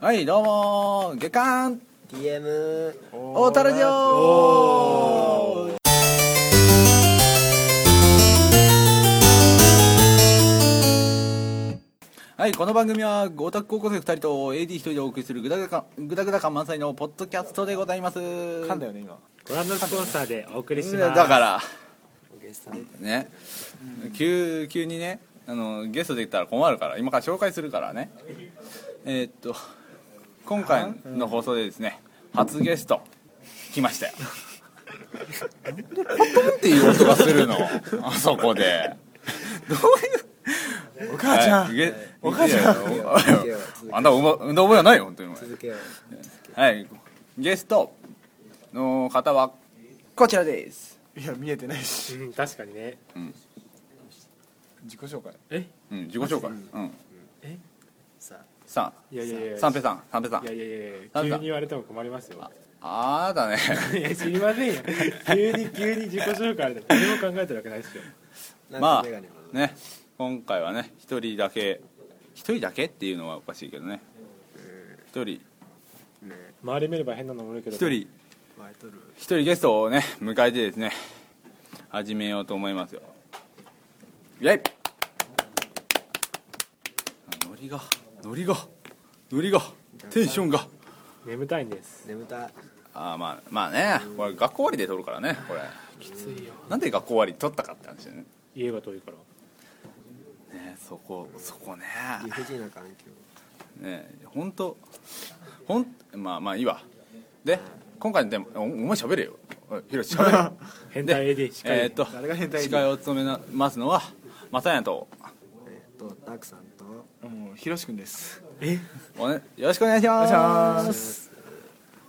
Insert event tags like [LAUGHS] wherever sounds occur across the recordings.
はいどうも月刊 TM オータラジオはいこの番組は合宅高校生2人と AD1 人でお送りするグダグダ感グダグダ感満載のポッドキャストでございます噛んだよね今ご覧のスポンサーでお送りしますだからお客さんね急急にねあのゲストできたら困るから今から紹介するからねえーっと今回の放送でですね初ゲスト来ましたよなんでパトンっていう音がするのあそこでどういうお母ちゃんお母ちゃけよ続けんあんたうまうんだ覚えはないよ本当にお前続けようはいゲストの方はこちらですいや見えてないしうん確かにね自己紹介えうん自己紹介うんさあさあいやいやいや三平さん三平さんいやいやいなやん急だに言われても困りますよあーだね [LAUGHS] いや知りませんよ急に急に自己紹介でも何も考えてるわけないですよま [LAUGHS] なんかメガネのあね今回はね一人だけ一人だけっていうのはおかしいけどね一人周り見れば変なのもいるけど一人バイトル一人ゲストをね迎えてですね始めようと思いますよイェイノリがノリがノリがテンションが眠たいんです眠たあーまあまあねこれ学校終わりで撮るからねこれきついよなんで学校終わりで撮ったかって話だよね家が遠いからねそこそこね理不尽な環境ねえ本当ほんまあまあいいわで今回のテーマおお前喋れよおいヒロシ喋れよ変態 AD しっかりえーっと誰が変態司会を務めますのはまさやとえっとたくさんともうひろしくんですお、ね、よろしくお願いします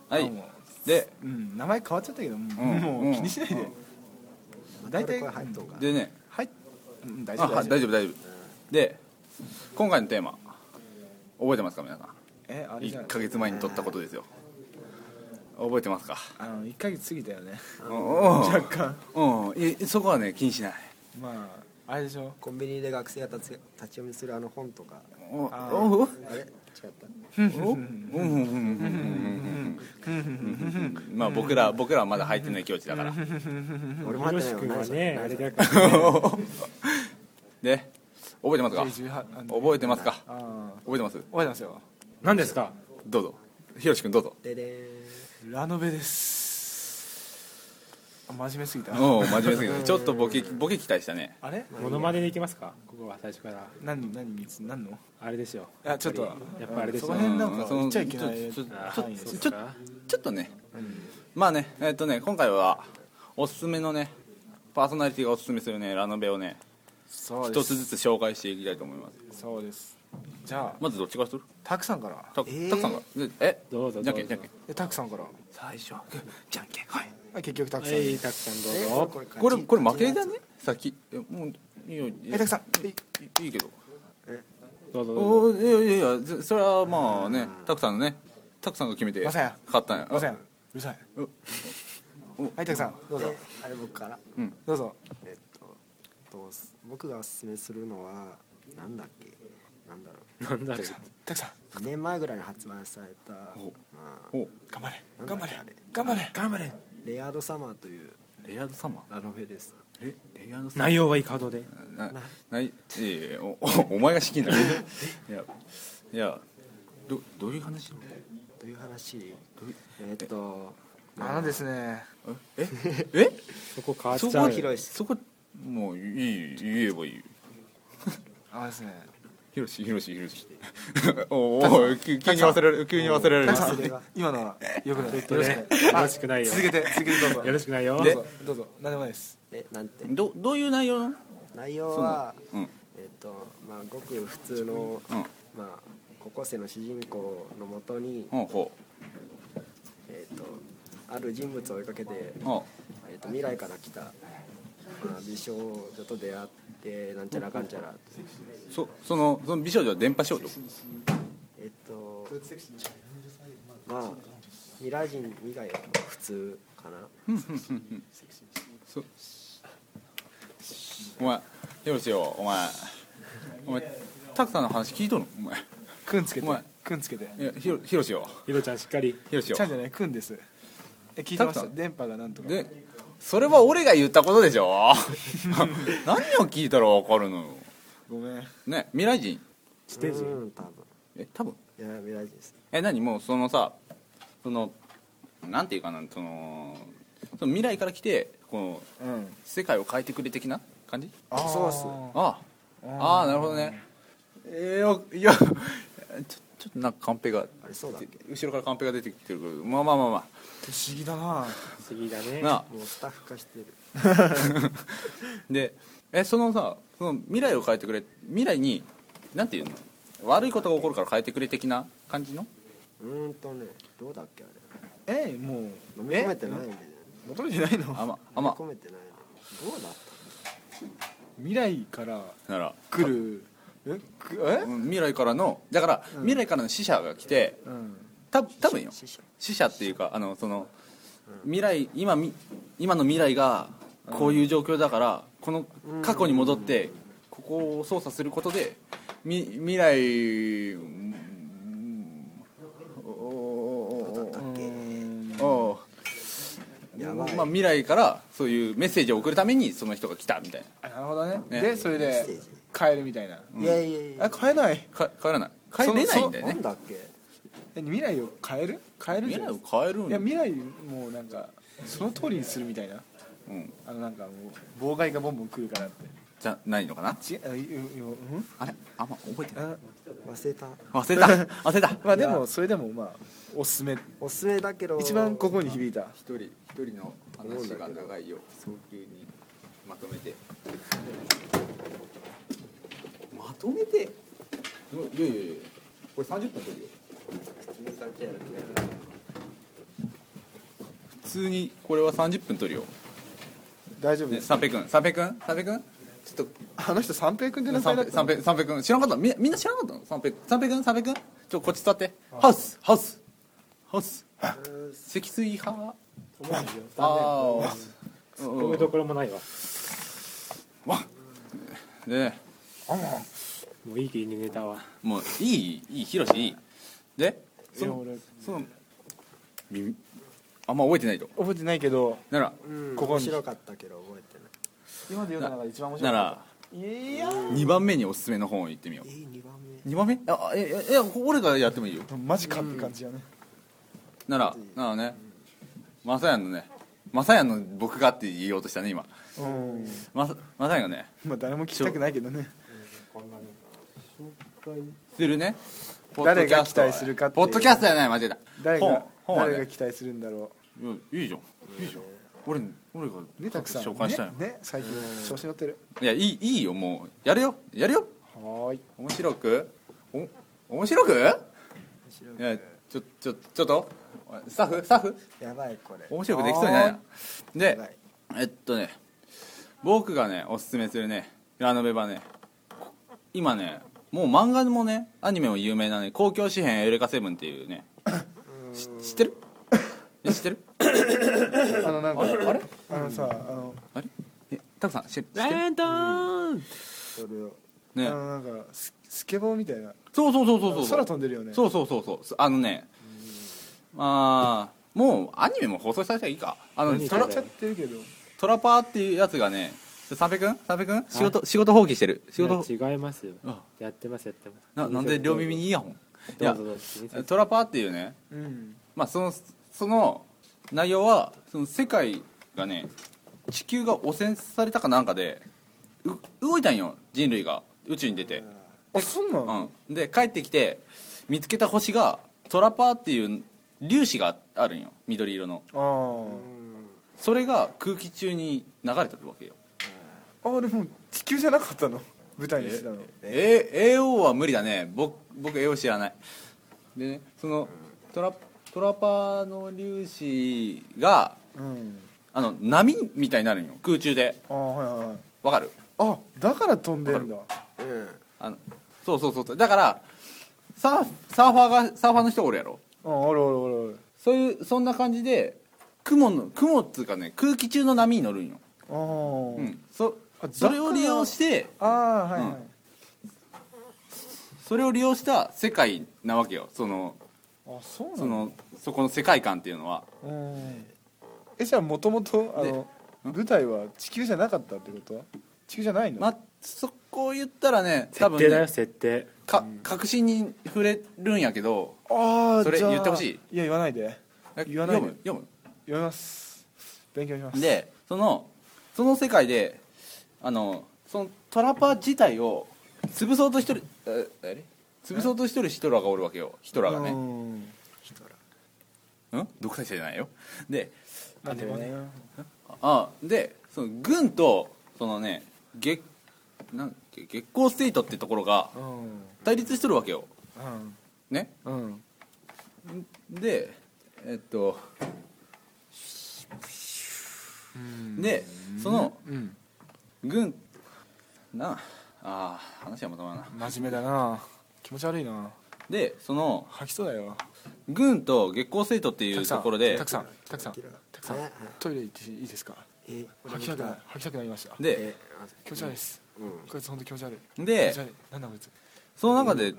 はどいうもでうん名前変わっちゃったけどもうんうもう気にしないで大体これ入っとんかでねはいうん大大丈丈夫夫大丈夫大丈夫で今回のテーマ覚えてますか皆さんえあれじゃ1んか月前に撮ったことですよ覚えてますかあの1ヶ月過ぎたよねうん若干うんうんいそこはね気にしないまああれでしょコンビニで学生が立つ立ち読みするあの本とかおあおおあれ違ったまあ僕ら僕らはまだ入ってない境地だから俺もヒ入ロってシない君よはねあれだねからで覚えてますか18あの覚えてますかああ覚えてます覚えてますよ何ですかどうぞひろし君どうぞででーんラノベですあ真面目すぎたおお真面目すぎるちょっとボケボケ期待したねあれモノマネでいきますかここは最初から何何いつ何のあれですよいやちょっとやっぱあれですそよの辺なんか言っちゃいけないうんそのあ範囲ーでそうすでよすかちょっとねまあねえっとね今回はおすすめのねパーソナリティがおすすめするねラノベをねそうで一すつずつ紹介していきたいと思いますそうですじゃあまずどっちからするたくさんからたたくさんがえどうぞじどゃんうけんじゃぞんけんでたくさんから最初はグーじゃんけんはいあ結局たくさんはいえたくさんえどうこぞれこれこれ負けだだね先えもういいよいいよたくさんえいいいいけどどうぞどおうぞーいやいやいやずそれはまあねたくさんのねたくさんが決めてまさや勝ったんやうるさいあうるさいおおはいたくさんどうぞあれ僕からどうぞえっとどうす僕がおすすめするのはなんだっけなんだろう何だろうたくさん2年前ぐらいに発売された、おまあ、お頑張れなんだ頑張っれけあれ頑張れ頑張れレアードサマーというレイヤード様ラノベですえレイヤード様内容はいいカードでなないいやいやいやおおお [LAUGHS] 前が資金 [LAUGHS] だいやいやどどういう話なのという話どういうえっとあのですねえええそこ変わっそちこゃはう広いしそこもういい言えばいいあのですねひろしひろしひろし [LAUGHS] おーおー急急に忘れられる急に忘れられたまくさすん今のはよくないよとろねしよくろしくないよ続けて続けてどうぞよろしくないどようぞどうぞ何でもないですえなんてどどういう内容なの内容はそうなのえっとまあごく普通の、うんまあ高校生の主人公のもとに、ほうほえっとある人物を追いかけてう、ほえっと未来から来た、まあ、美少女と出会ってなんちゃらかんちゃらうそそのその美少女は電波少女えっとまあ未来人以外は普通かなそお前よろしよお前お前たくさんの話聞いとるお前くんつけおて前くんつけていやひろひろしよひろちゃんしっかりひろしよちゃんじゃないくんですえ聞いてましタたクさん電波がなんとかでそれは俺が言ったことでしょ [LAUGHS] 何を聞いたら分かるのよごめんね未来人地底人うん多分え多分いや未来人ですえ何もうそのさそのなんていうかなそのその未来から来てこのうん世界を変えてくれ的な感じあーそうっすああああなるほどねえー、よいやちょちょっとなんかカンペがあれそうだっけ後ろからカンペが出てきてるけどまあまあまあま不思議だな不思議だねあなあもうスタッフ化してるでえそのさその未来を変えてくれ未来になんていうの悪いことが起こるから変えてくれ的な感じのうーんとねどうだっけあれえもう飲み込めてないんでね戻れてないのあまあ飲みま込めてないねどうだっ未来からなら来るえくえうん未来からのだから、うん未来からの死者が来てうんた多分よた死者死者っていうかあのその未来今み今の未来がこういう状況だから、この過去に戻ってここを操作することでみ未来うんおおたっけおおやまばあい、未来からそういうメッセージを送るためにその人が来たみたいなあなるほどねねでそれで変えるみたいないやいやいやあ変えないか帰らない帰れないんだよなんねだっけえ未来を変える変えるんじ未ゃ来ないを変えるんいだや未来もうなんかその通りにするみたいなうん、あのなんかもう妨害がボンボン来るからってじゃないのかな違うあいいうんあれあんま覚えてないあ忘れた忘 [LAUGHS] れた忘れたまあでもそれでもまあおすすめおすすめだけど一番ここに響いた一人一人の話が長いよ早急にまとめてまとめていやいやいやこれ30分取るよ普通にこれは30分取るよ、大丈夫ね、です三平君三平君三平君ちょっとあの人三平君って名前三だっ平た三平三平君知らんかったみみんな知らんかったの三平三平君三平君ちょっとこっち座ってハウスハウスハウス積水派思わないよああこういうところもないわでもういい気にネタはもういいいいヒロシいいでいそやの俺その耳あんま覚えてないと覚えてないけどならうんここ面に白かったけど覚えてない今まで読んだ中で一番面な白から2番目におすすめの本を言ってみよえうー、2番目2番目あえええ俺がやってもいいよったマジかって感じやねならならねまさやんのねまさやんの僕がって言おうとしたね今うんまさまさやんがねまあ誰も聞きたくないけどねするね誰が期待するかっていポうッドキャストじゃない間違えた誰が本本は誰がね期待するんだろうんいいじゃんいいじゃん俺俺がうねたくさん紹介したいねね最近調子乗ってるいやいいいいよもうやるよやるよはーい面白くお面白くいやちょちょちょっとスタッフスタッフやばいこれ面白くできそうにないなやでばいえっとね僕がねおすすめするねラノベはねこ今ねもう漫画もねアニメも有名なね「公共紙幣エウレカセブン」っていう [COUGHS] ねし知ってるえ知ってるあのなんかあれあれあのさあのあれえタクさん知って知ってるレントンそれをあねのなんかススケボーみたいなそうそうそうそうそう空飛んでるよねそうそうそうそうあのねまあもうアニメも放送したらいいかあのね何トラ笑っちゃってるけどトラパーっていうやつがね三平君三平君仕事仕事放棄してる仕事違いますよあやってますやってますななんで両耳にイヤホンいどやうぞどうぞ気にせずトラパーっていうねうんまあそのその内容はその世界がね地球が汚染されたかなんかでう動いたんよ人類が宇宙に出てあそんなんうん、で帰ってきて見つけた星がトラパーっていう粒子があるんよ緑色のあーそれが空気中に流れてるわけよあでも地球じゃなかったの舞台にしてたのええ AO は無理だね僕僕 AO 知らないでねそのトラトラパーの粒子がうんあの波みたいになるんよ空中であーはいはいはいわかるあだから飛んでんだうんあのそうそうそうそうだからサーサーファーがサーファーの人おるやろああるあるあるあるそういうそんな感じで雲の雲っつうかね空気中の波に乗るんよ、あーうん、そあそれを利用してああはいはいうんそれを利用した世界なわけよそのあそうなそののそこの世界観っていうのはうんえじゃあもともとあの舞台は地球じゃなかったってこと地球じゃないの、まあそこを言ったらね多設分定だよね設定か確信に触れるんやけどああそれ言ってほしいや言わないでえ言わないで読む読む読みます勉強しますでそのその世界であのそのトラパー自体を潰そうとしてるえあれ潰そうとしてるヒトラーがおるわけよヒトラーがうねんうん独裁者じゃないよでなんでもねあでその軍とそのね月なんだっけ月光ステートってところがうん対立してるわけようんねうんでえっとでそのうん軍なああー話はまとまらない真面目だな気持ち悪いなでその吐きそうだよ軍と月光生徒っていたうくさとんころでたくさんたくさんたくさえんあトイレ行っていいですかえ吐きたくない吐きたくなりましたでえ気持ち悪いですあうんこいつ本当気持ち悪い気持でち悪いなんだこいつその中でん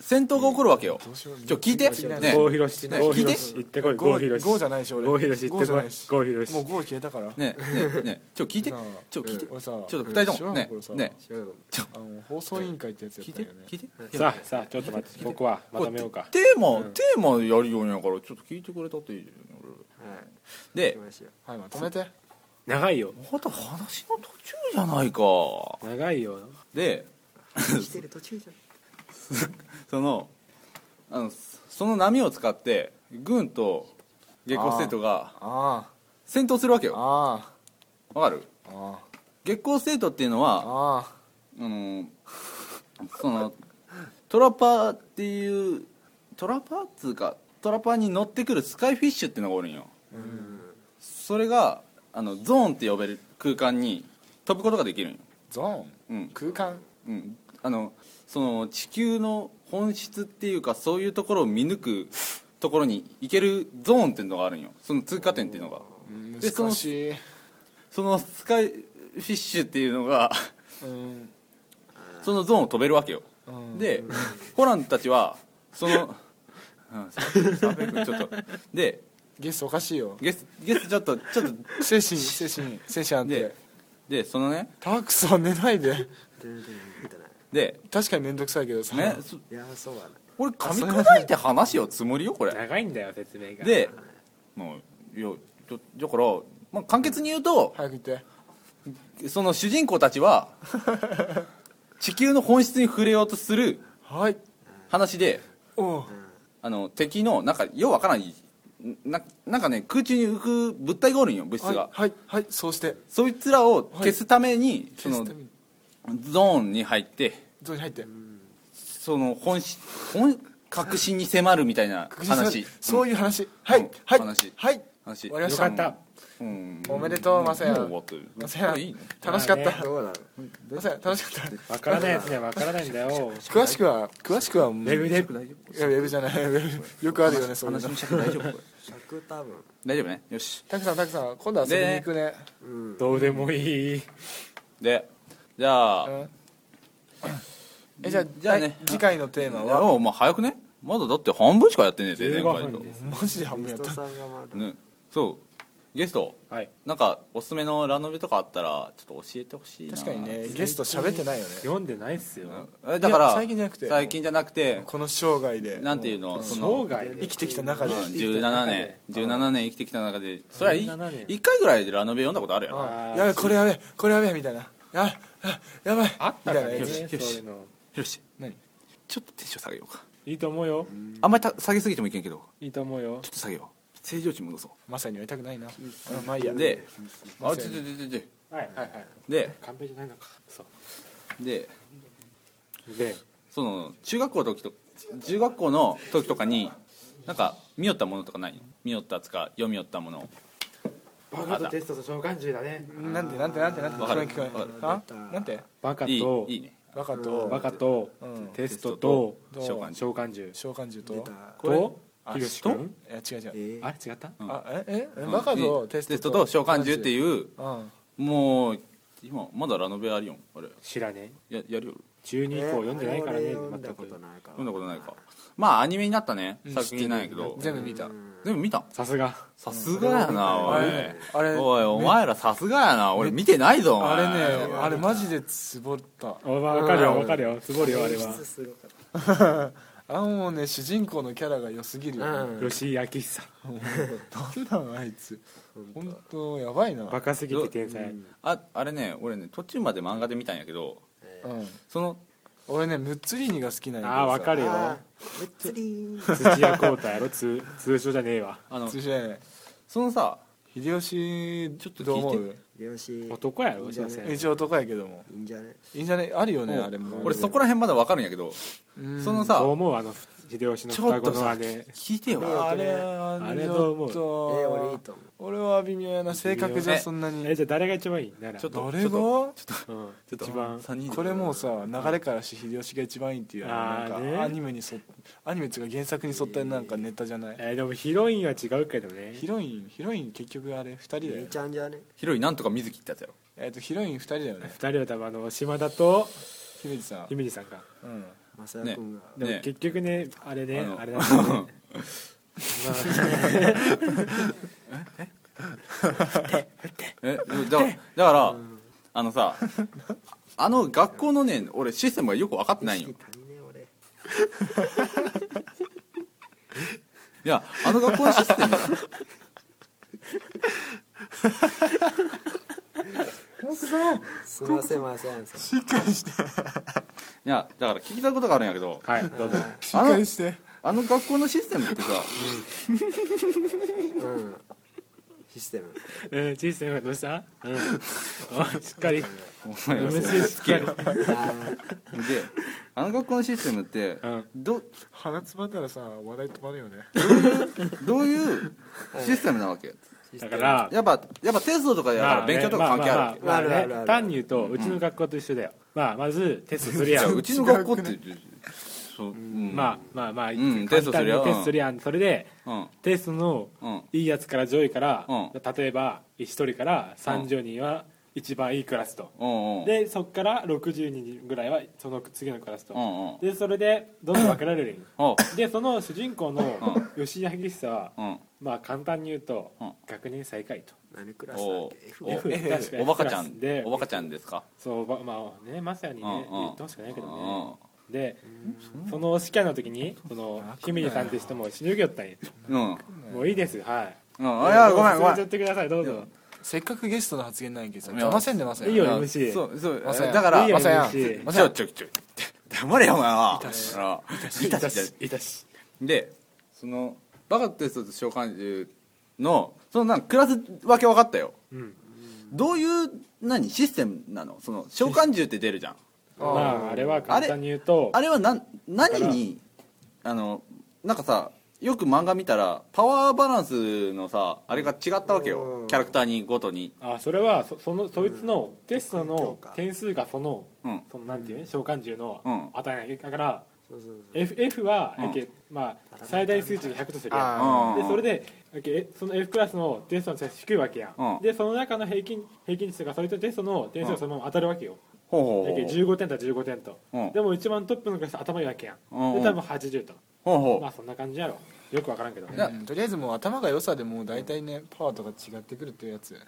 戦闘が起こるわけよどうしようちょ聞いて気持ち悪いね郷ひろしね郷ひろ聞いし行ってこいゴ郷ーひろしゴーじゃないし俺郷ひろし行ゴーってじゃこいないし郷ひろしもうゴー消えたからねねねちょ聞いてなあちょ聞いて俺さちょっと二人とも小ね学校さね知らなかっあの放送委員会ってやつや聞っいたてんだよね聞いてさあさあちょっと待ってここはまとめようかテーマ、テーマやるようにやからちょっと聞いてくれたっていいじゃん俺たはい行できましょうはいまとめて長いよまだ話の途中じゃないか長いよで生きてる途中じゃんそのあのその波を使って軍と月光生徒があ戦闘するわけあよあわかるああ月光生徒っていうのはああのそのトラパーっていうトラパーっつうかトラパーに乗ってくるスカイフィッシュっていうのがおるんよそれがあのゾーンって呼べる空間に飛ぶことができるんよゾーンうん空間うんあのその地球の本質っていうかそういうところを見抜くところに行けるゾーンっていうのがあるんよその通過点っていうのがうんでその難しいそのスカイフィッシュっていうのがうんそのゾーンを飛べるわけようんでホランたちはその、うん、三平君ちょっとでゲストおかしいよゲスゲスちょっとちょっ [LAUGHS] 精神精神精神あとっでてでそのねたくさん寝ないで全然見てないで確かに面倒くさいけどさねそいやそうはないこれ噛み砕いて話よつもりよこれ長いんだよ説明がでもういやだだから、まあ、簡潔に言うと早く行ってその主人公たちは地球の本質に触れようとするはい話でおうあの敵のなんかようわからないななんかね空中に浮く物体がおるんよ物質はいが、はいはいそうしてそいつらを消すために、その消すためにゾーンに入ってゾーンに入ってその本質本確信に迫るみたいな確実に話そういう話はうんいはい話はい話終わりまよしかたったうんおめでとうマサヤもう終わってるマサヤいいの楽しかっまあたどうなのマサヤ楽し [LAUGHS] かったわからないやつにはわからないんだよ詳しくは詳しくはウウェブでいやウェブじゃないウェブ [LAUGHS] よくあるよねそういう話のの尺大丈夫これ尺多分大丈夫ねよしたく [LAUGHS] さんたくさん今度は遊びに行くねうんどうでもいいでじゃあ、うんえじゃあじゃあね次回のテーマいやはお前早くねまだだって半分しかやってねえぜ前回15と分ですマジで半分ゲやっストたさんがまだねそうゲストはいなんかおすすめのラノベとかあったらちょっと教えてほしいな確かにねゲスト喋ってないよね読んでないっすよえだからいや最近じゃなくて最近じゃなくてこの生涯でなんていうのそ生の涯で生きてきた中でうん17年17年生きてきた中でそれはい17年1回ぐらいでラノベ読んだことあるやろあーやべこれやべこれやべみたいなやややばいあったかねみたいなそうやいうのひろし何ちょっとテンション下げようかいいと思うよあんまりた下げすぎてもいけんけどいいと思うよちょっと下げよう正常値戻そまさには痛くないなうんまあいいやうであまちょさにちょちょちょはいはいはいで完璧じゃないのかそでうでその中学校の時と中学校の時とかになんか見よったものとかない見よったつか読みよったものバカとテストと召喚獣だねなんてなんてなんてなんてわかる聞こえん聞こえんわあかるなんてバカいいといいねバカとバカとうんテストとと召喚召喚獣召喚獣ととあひろし君いや違うえ違うーあれ違ったうんあええバカとテテスストトと召喚獣ってういううんもう今まだラノベあるよんあれ知らねややるよ12以降読んでないからね俺読んだ全ことくないから読んだことないかまあアニメになったね作品なんやけど全部見た全部見たさすがさすがやなおいあれおいお前らさすがやな俺見てないぞお前あれねあれマジでつぼったあ分かるよ分かるよつぼるよあれは演出すごかっあもうね主人公のキャラが良すぎるたよね吉井明久なんなんあいつ本当やばいなバカすぎて天才ああれね俺ね途中まで漫画で見たんやけどうんその俺ねムッツリーニが好きなんやけどさあ分かるよあーぶっつりー土屋浩太やろ通通称じゃねえわあの通じゃないそのさ秀吉ちょっと聞いてどう思うよし男やろいいじゃ所ない詮一応男やけどもいいんじゃねいいんじゃねあるよねうんあれも俺そこら辺まだわかるんやけどうんそのどさう思うあの秀吉の双子の姉聞いてよあれああれれちどうょ思うっとえー、俺いいと思う俺は微妙やな性格じゃそんなにえじゃあ誰が一番いいならちょっと誰がうんちょっと一番三人でこれもうさ流れからして秀吉が一番いいっていうなあーんねかアニメにそアニメっていうか原作に沿ったなんかネタじゃないえーでもヒロインは違うけどねヒロインヒロイン結局あれ2人だよ姉ちゃんじゃねヒロインなんとか水木ってやつやろえっとヒロイン2人だよね二人は多分あの島田と姫路さん姫路さんかうんマサヤくんがでもね結局ねあれねあのあれなんだよ [LAUGHS] ねえだ [LAUGHS] からだからあのさあの学校のね俺システムがよく分かってないんよ意識足りねえ俺いやあの学校のシステムすみませんマサヤさんいやだから聞きたいことがあるんやけどはいどうぞしあのしてあの学校のシステムってさうんシステムうん人生はどうしたうん [LAUGHS] おしっかりお前ら MC しっかりあーであの学校のシステムってうんど鼻つまったらさ話題止まるよねどういうシステムなわけシステだかムらやっぱやっぱテストとかやからまあね勉強とか関係あるわけまあるまああるあねる単に言うとうちの学校と一緒だよまあまずテストするいややんうちの学校ってそううんまあまあまあん簡単にテストするやんテストするやんそれでうんテストのうんいいやつから上位からうん例えば1人から30人は一番いいクラスとうんうんでそっから60人ぐらいはその次のクラスとうんうんでそれでどんどん分けられるよあでその主人公の吉井萩久はうんまあ簡単に言うとうん学年最下位と何クラスだおっうけ F おう F 確かおバカちゃんでおバカちゃんですかそうばまあねまさにねうんうん言ってほしくないけどうねんでその試験の時にその姫路さんって人も死ぬぎょったんやうんもういいですはいうんあいやごめんごめ忘れちゃっんてくださいどうぞせっかくゲストの発言なんやけどさいや騙せんでませんいいよいや MC そうそうまさやだからいいよまさや MC まちさょやちょちょ黙れよお前はいたしいたしいたしでそのバカテストと召喚獣のそのなんかクラス分け分かったようんどういう何システムなのその召喚獣って出るじゃんまああれは簡単に言うとあれはなん何にあのなんかさよく漫画見たらパワーバランスのさあれが違ったわけうよんキャラクターにごとにあそれはそそのそいつのテストの点数がそのうんそのなんていうの召喚獣うんの値なんやだからそうそうそう F, F は、うんえけまあ、最大数値が100とするやあんーでそれでえけえその F クラスのテストの点数低いわけやん、うんでその中の平均平均値とかそういったテストの点数がそのまま当たるわけよ、ほうえけ15点と15点と、ほうほうでも一番トップのクラス頭いいわけやん、うんで多分80と、ほうほまあそんな感じやろよく分からんけどねいやうんとりあえずもう頭が良さでもう大体ねパワーとか違ってくるっていうやつう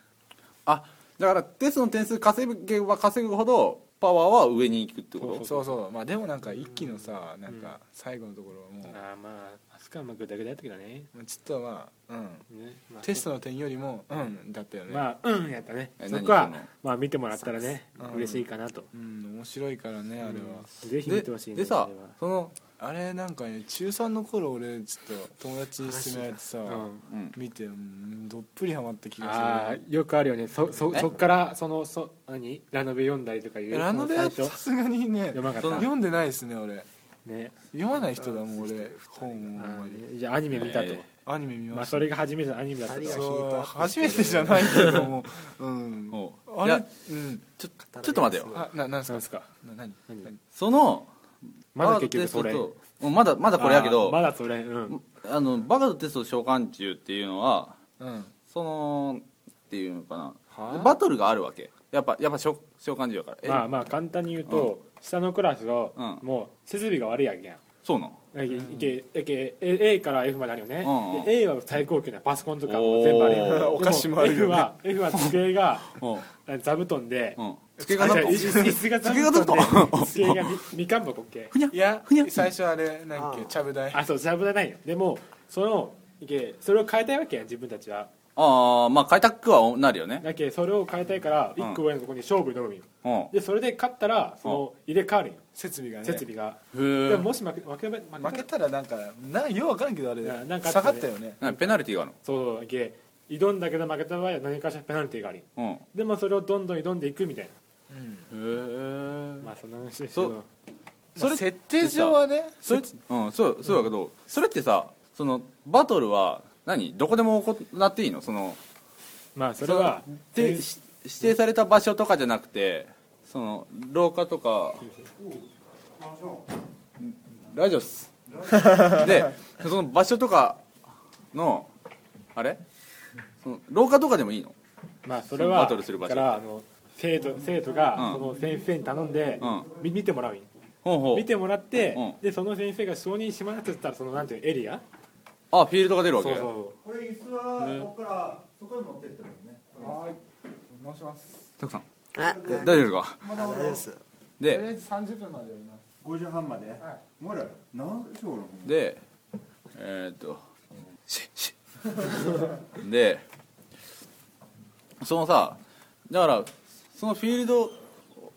あだからテストの点数稼げば稼ぐほどパワーは上にいくってこそうとそうそうまあでもなんか一期のさなんか最後のところはもうあーまああそこはまあグダグダやったけどねまあちょっとまあうんねまあテストの点よりもうんだったよね、まあうんやったねえそ何こはそのまあ見てもらったらねうん嬉しいかなと、うん面白いからねあれは、ぜひ見でてほしいねでさそれはそのあれなんかね中3の頃俺ちょっと友達に勧められてさ、ううんん見てうんどっぷりハマった気があするあよくあるよねそそえそっからそのそ何ラノベ読んだりとかいえうラノベそはの最さ初すがにね読まなかった読んでないですね俺ね読まない人だもん俺本をああんまりーじゃあアニメ見たと、えアニメ見ままあしたそれが初めてのアニメだったと二人がそう初めてじゃないけどもうんおいあれやうんちょちょっと待てよあななんすそうかですかな何何何そのまだ結局それバカテストとうんまだまだこれやけあどーまだそれうんあのバカとテストの召喚中っていうのはうんそのっていうのかなはバトルがあるわけやっぱやっぱ召召喚獣やからえまあまあ簡単に言うと、下のクラスを、うんもう設備が悪いやけんそうなんいけいけ A A から F まであるよね、うんうんで A は最高級なパソコンとかも全部あるよおーお菓子もあるよねで F は F は机がうんあ座布団で、うんつけ方とあ違う椅子椅子が座布机が座布団団で机がみみかん箱っけいや最初あれ何っあけあちゃぶ台あそう座布団ないよでもそのいけそれを変えたいわけや自分たちはああまあ開拓はなるよねだけそれを変えたいからうん一個上のとこに勝負に挑むようんでそれで勝ったらその入れ替わるよ設備がね設備が、へでえももし負け負け負け負けたらなんかなんかようわからんけどあれいやなんかあっ下たねがったよね何ペナルティーがあるそういけ挑んだけど負けた場合は何かしらペナルティーがありのでもそれをどんどん挑んでいくみたいうんへえなまあそんな話ですけそうどそれ設定上はねそれうんそうそうだけどそれってさそのバトルは何どこでも行っていいのそのまあそれはででし指定された場所とかじゃなくてその廊下とかラジオっすでその場所とかのあれその廊下とかでもいいのまあそそれのはバトルする場所だからあの生徒生徒がうんその先生に頼んで、うんみ見てもらうんよほうほう見てもらって、うんでその先生が承認しますって言ったらそのなんていうのエリアあフィールドが出るわけそうそこれ椅子はここからそこに持ってってもいいねはい回しますたくさんあ大丈夫ですかまだ大丈夫ですとりあでえず30分までやります5時半までもう俺何時頃でえーっとシッシッでそのさだからそのフィールド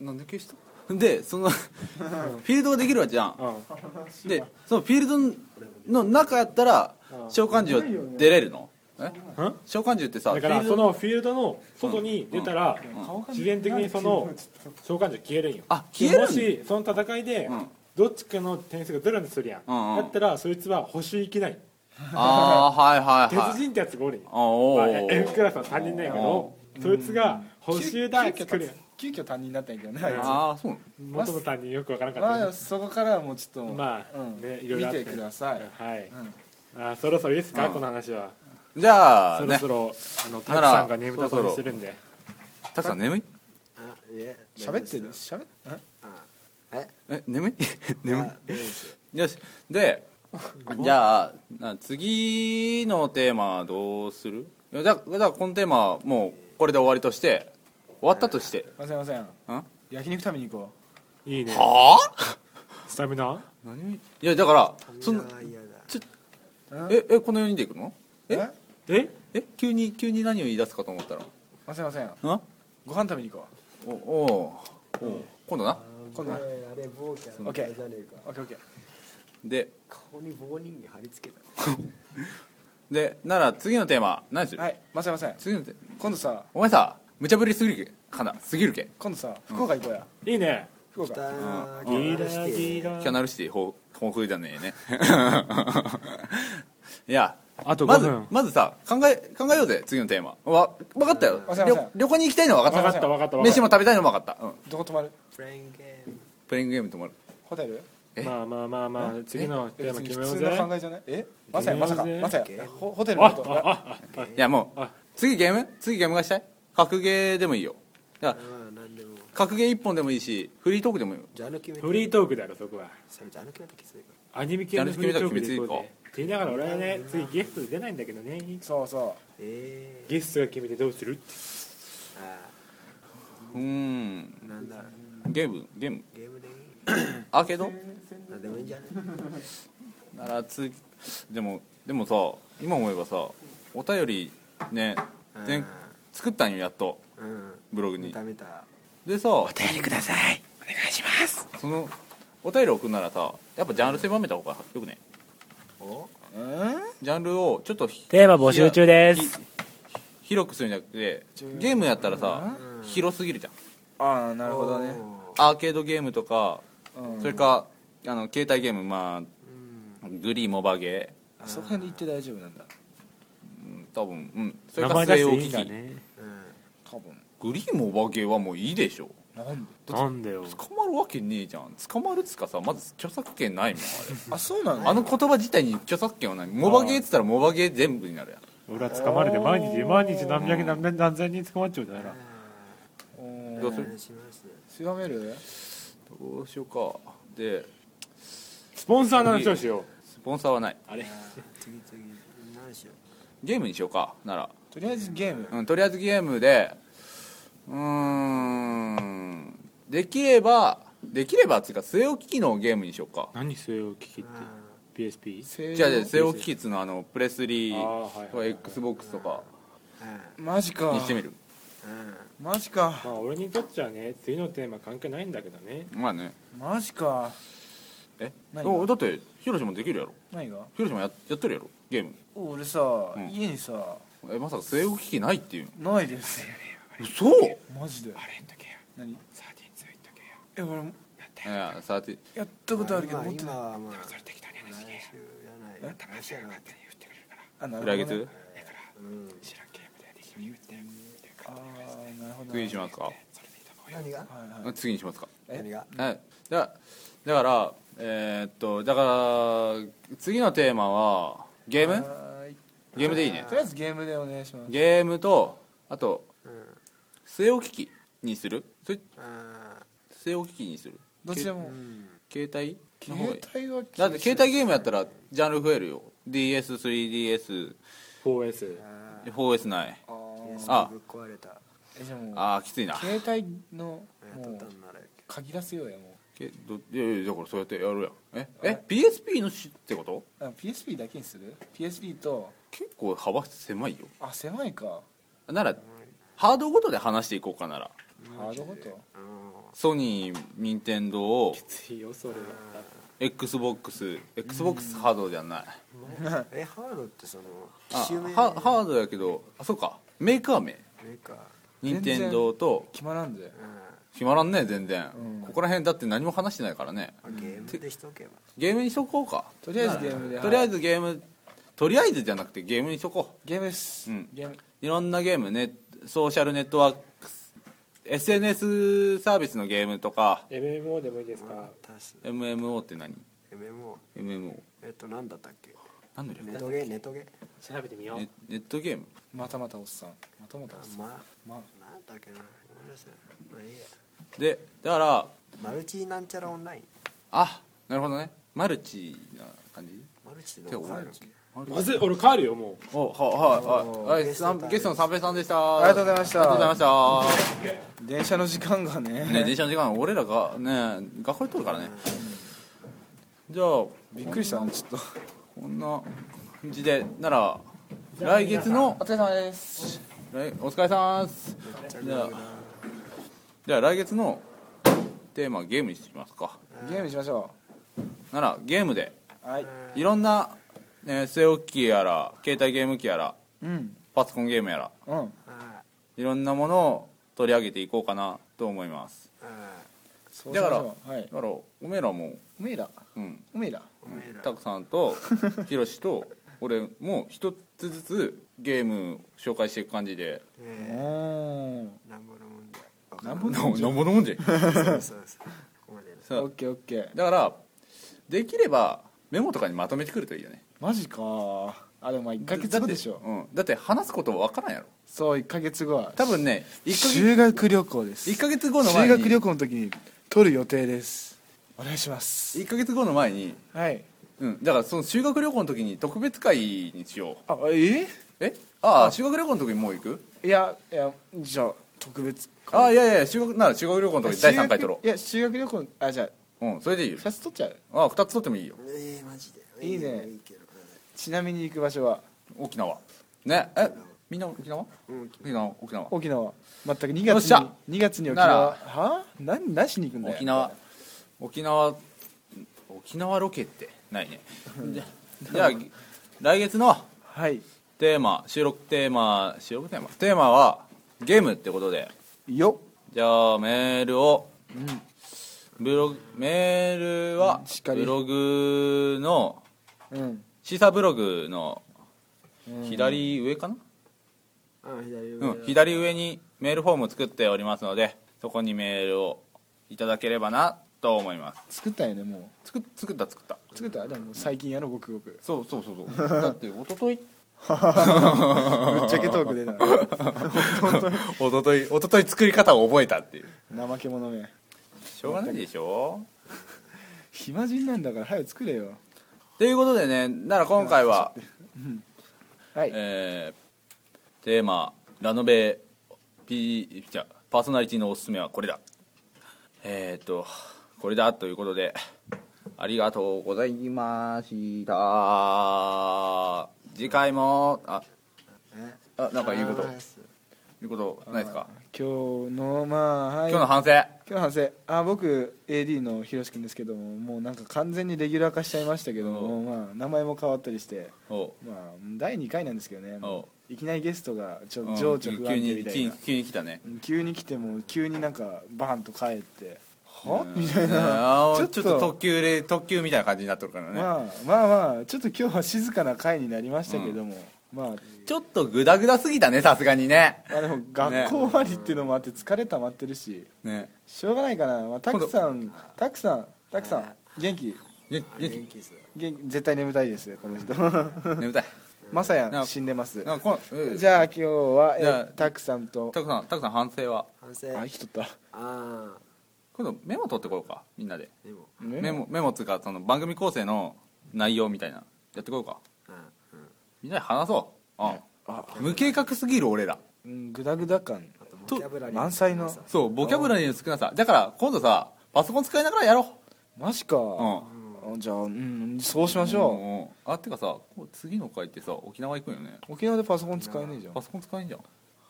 なんで消したでそのフィールドができるわけじゃんう、うん、でそのフィールドの中やったら召喚獣は出れるのえん召喚獣ってさだからフィーそルドのフィールドの外に出たら自然的にその召喚獣消えるんよあ消えるんもしその戦いでうんどっちかの点数がゼロにするやんうんうんだったらそいつは補修いけないああはいはいはい鉄人ってやつがおるんよあおまあー F クラスの3人なんやけどそいつが補修だ急作る遽急遽担任になったんやけどねあいつああそうなのやん元の担人よくわからなかまっあそこからはもうちょったとまあうんねいろい見ろあっててくださいはいうんあそろそろいいですかうんこの話はじゃあそろねそろあのタなクらさんが眠たそうにしてるんでたくさん眠いあいえ喋ってる大丈夫です喋ってええ眠いあ眠大丈夫ですいよしでじゃあな次のテーマはどうするいやだだからこのテーマはもうこれで終わりとして終わったとしてすいませんすいませんん焼肉食べに行こいいねはあスタミナ何をいやだからそんないや嫌だううんええこの4人で行くのええええ急に急に何を言い出すかと思ったらすいませんんご飯食べに行こおおうおう今度なこんなあれ棒キャオッケーじゃねえかうオッケーオッケーで顔に棒人形貼り付けたでなら次のテーマ何する、はいませんません次のテーマ今度さお前さ無茶ぶりすぎるけかなすぎるけ今度さ福岡行こうやいいね福岡だうんー出してキャナルシティほうほうふうじゃねえね [LAUGHS] いやあとま5ず分まずさ考え考えようぜ次のテーマわ分かったよわかりました旅旅行に行きたいのは分か分っかたった分かった分か飯っも食べたいのも分かった、うん、どこ泊まるプレインゲームプレイングゲームともあるホテルえたまあまあまあまあ次のテえー別マに決普めよう通ぜの考えじゃないえまさやまさか決めようぜまさオッケやーホホテルのあことああいやもうあ次ゲーム次ゲームがしたい格ゲーでもいいよだからまあ何でも格ゲー一本でもいいしフリートークでもいいよジャンル決めてフリートークだろそこはそれジャンル決めてきついかアニメ系のフリートークでいこうやるぜって言いながら俺はね次ゲストで出ないんだけどねそうそええゲストが決めてどうするってあうーんーなんだろうゲームゲームゲームでいいアーケードなんでもいいんじゃないなら次でもでもさ今思えばさお便りね前作ったんよやっとうんブログ見にた見たでさお便りくださいお願いしますそのお便り送るならさやっぱジャンル狭めた方がよくねおううんジャンルをちょっとひテーマ募集中でひ広くするんじゃなくてゲームやったらさうん広すぎるじゃんああなるほどねおーアーケードゲームとかうんそれかあの携帯ゲームまうんあグリーモバゲあそこ辺で行って大丈夫なんだー、うん、多分うんそれ名か前据出えして置いきいんだ機ねうん多分グリーモバゲーはもういいでしょなんでなんだよ捕まるわけねえじゃん捕まるっつかさまず著作権ないもんあそうなあれあのの言葉自体に著作権はないモバゲーっつったらモバゲー全部になるやん俺は捕まれて毎日毎日何百何百何千人捕まっちゃうじゃないあどうすーるします強めるどうしようかでスポンサーの話をしよスポンサーはない次次何しようゲームにしようかなら、とりあえずゲームうん、とりあえずゲームでうーんできればできればっていうか据え置き機のゲームにしようかう何末置き機っあーて PSP? じゃあじゃあ据え置き機っつうのはあのプレスリあーーはいとか XBOX とかうマジかにしてみるんうんマジかまあ俺にとっちゃね次のテーマ関係ないんだけどねまあねマジかえ何がおだってヒロシもできるやろ何がヒロシもややってるやろゲーム俺さ、うん家にさえまさか据え置き機ないっていうないですよのそうマジであれんとけよ何え俺もいやさてやったことあるけど持っ今て今ないはまあそれ適当に来話聞週けやない来週やなかったあなる来ほどね月う知らんんゲームで適当に言ってあーなるほど次にしますか何がはいうん次にしますかえ何がはいだだからえーっとだから次のテーマはゲームはいはいゲームでいいねとりあえずゲームでお願いしますゲームとあとうん据え置き機にするそれあ据え置き機にするどっちでーうもん携帯の方がい携い帯はだって携帯ゲームやったらジャンル増えるよ DS3DS4S 4S あないあーああぶっ壊れたえじゃあもうああきついな携帯のやっともっうたんならや限らせようやもけどいやいやだからそうやってやるやんええ PSP のしってことうあ PSP だけにする PSP と結構幅狭いよあ狭いかならハードごとで話していこうかならハードごとけどうんソニー任天堂をついよそれは XBOXXBOX ハードじゃないえハードってそのあ機種名ハハードやけどあそうかメーカー名メーカー任天堂と決まらんでうん決まらんね全然、うんここら辺だって何も話してないからねあゲームでしとけばゲームにしとこうかとりあえずゲームでとりあえずずゲームとりあえずじゃなくてゲームにしとこうゲームですうんゲームいろんなゲームねソーシャルネットワーク SNS サービスのゲームとか MMO でもいいですか足す MMO って何 MMO MMO えっとなんだったっけ何の略ネトゲネトゲ調べてみよネネットゲームまたまたおっさんまたまたおっさんままなんだっけなごめんなさいまあいいやでだからマルチなんちゃらオンラインあなるほどねマルチな感じマルチってどこあるっけうまずい俺帰るよもうおはいはいはいゲゲスストだゲストの三平さんでしたありがとうございましたありがとうございまし電車の時間がね [LAUGHS] たね電車の時間俺らがね学校で撮るからねじゃあびっくりしたなちょっとこんな感じでなら来月のお疲れ様です来お疲れさんすじゃあじゃあ来月のテーマはゲームにしますかゲームしましょならゲームでうはいいろんな、ね、据え置き機やら携帯ゲーム機やらうんパソコンゲームやらうんあいろんなものを取り上げていこうかなと思いますああそうしましょうはだいからおめえらもおめえらうんおめえらおめえらたくさん [LAUGHS] とひろしと俺も一つずつゲーム紹介していく感じでおえーえなんぼのもんだなんぼなのなんぼのもんじゃそうそうそうここまでださあオッケーオッケーだからできればメモとかにまとめてくるといいよねマジかあでもまあ1ヶ月後でしょうん、だって話すことわからんやろそう1ヶ月後は多分ね1修学旅行ですか月後の前修に学旅行の時に撮る予定ですお願いします1ヶ月後の前にはいうん、だからその修学旅行の時に特別会にしようあええああ修学旅行の時にもう行くいやいやじゃあ特別ああいやいや修学なら修学旅行の時に第3回修撮学ろいや修学旅行あじゃあううんそれでいいよ2つ撮っちゃうああ2つ撮ってもいいよええマジでいいねいいけどちなみに行く場所は沖縄ねえみんな沖縄沖縄沖縄沖縄全く2よっ月しゃに2月に沖なら縄は何何しに行くんだよ沖縄沖縄沖縄ロケってないねじゃじゃあ来月のはいテーマ収録テーマ収録テーマテーマはゲームってことでよじゃあメールを、ブログメールはうんしっかりブログのうんシーサーブログのうん左上かな、あ左うん上だ左上にメールフォームを作っておりますのでそこにメールをいただければなと思います作ったんやねも作っ作った作ったう作ったでも最近やろごくごくそうそうそうそうだって一昨 [LAUGHS] 日ぶっちゃけトークでな一昨日一昨日作り方を覚えたっていう怠け者めしょうがないでしょ暇人なんだから早く作れよということでねなら今回は、はいえーテーマ「ラノベ P じゃパーソナリティのおすすめはこれだ」えっ、ー、とこれだということでありがとうございました次回もあえあなんか言うことあー言うことないですか今日のまあ、はい、今日の反省今日の反省あ僕 AD のひろし君ですけどももうなんか完全にレギュラー化しちゃいましたけども、まあ、名前も変わったりして、おうまあ、第2回なんですけどねおういきなりゲストがちうょん情緒不急安定みにた急に急にいな来た [LAUGHS] ね急に来ても急になんかバーンと帰ってはうんみたいあなーちょっと特急で特急みたいな感じになっとるからね、まあまあまあちょっと今日は静かな回になりましたけども、まあちょっとグダグダすぎたねさすがにねまあでも学校終わりっていうのもあって疲れ溜まってるしねしょうがないかな、まあ、たくさんたくさんたくさん元気ねね元気です元気絶対眠たいですこの人 [LAUGHS] 眠たいまさやなんん死んでますなんかこのうんじゃあ今日はえじゃあたくさんとたくさんたくさん反省は反省あ生きとったああ今度メモ取ってこようかみんなででもメモメモっつうかその番組構成の内容みたいなやってこようかあうんみんなで話そううん無計画すぎる俺らうんグダグダ感あとボキャブラリー満載のそうボキャブラリーの少なさだから今度さパソコン使いながらやろマジか、ううんあじゃあうんそうしましうんょうんあてかさこう次の回ってさ沖縄行くんよねう、沖縄でパソコン使えねえじゃんパソコン使えんじゃん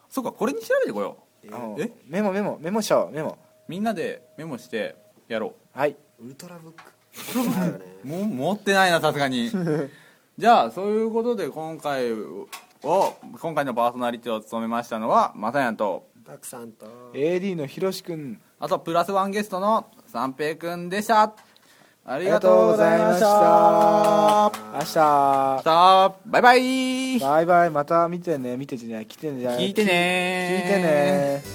そうかこれに調べてこよえあーえメモメモメモしちゃおうメモうみんなでメモしてやろはいウルトラブックだよねうもう持ってないなさすが [LAUGHS] にじゃあそういうことで今回を今回のパーソナリティを務めましたのはまさやんとたくさんと AD のひろしくんあとプラスワンゲストの三平くんでしたありがとうございましあたりがとうございましたさあバイバイ明日バイバイまた見てね見ててね来てね聞いてね聞いてね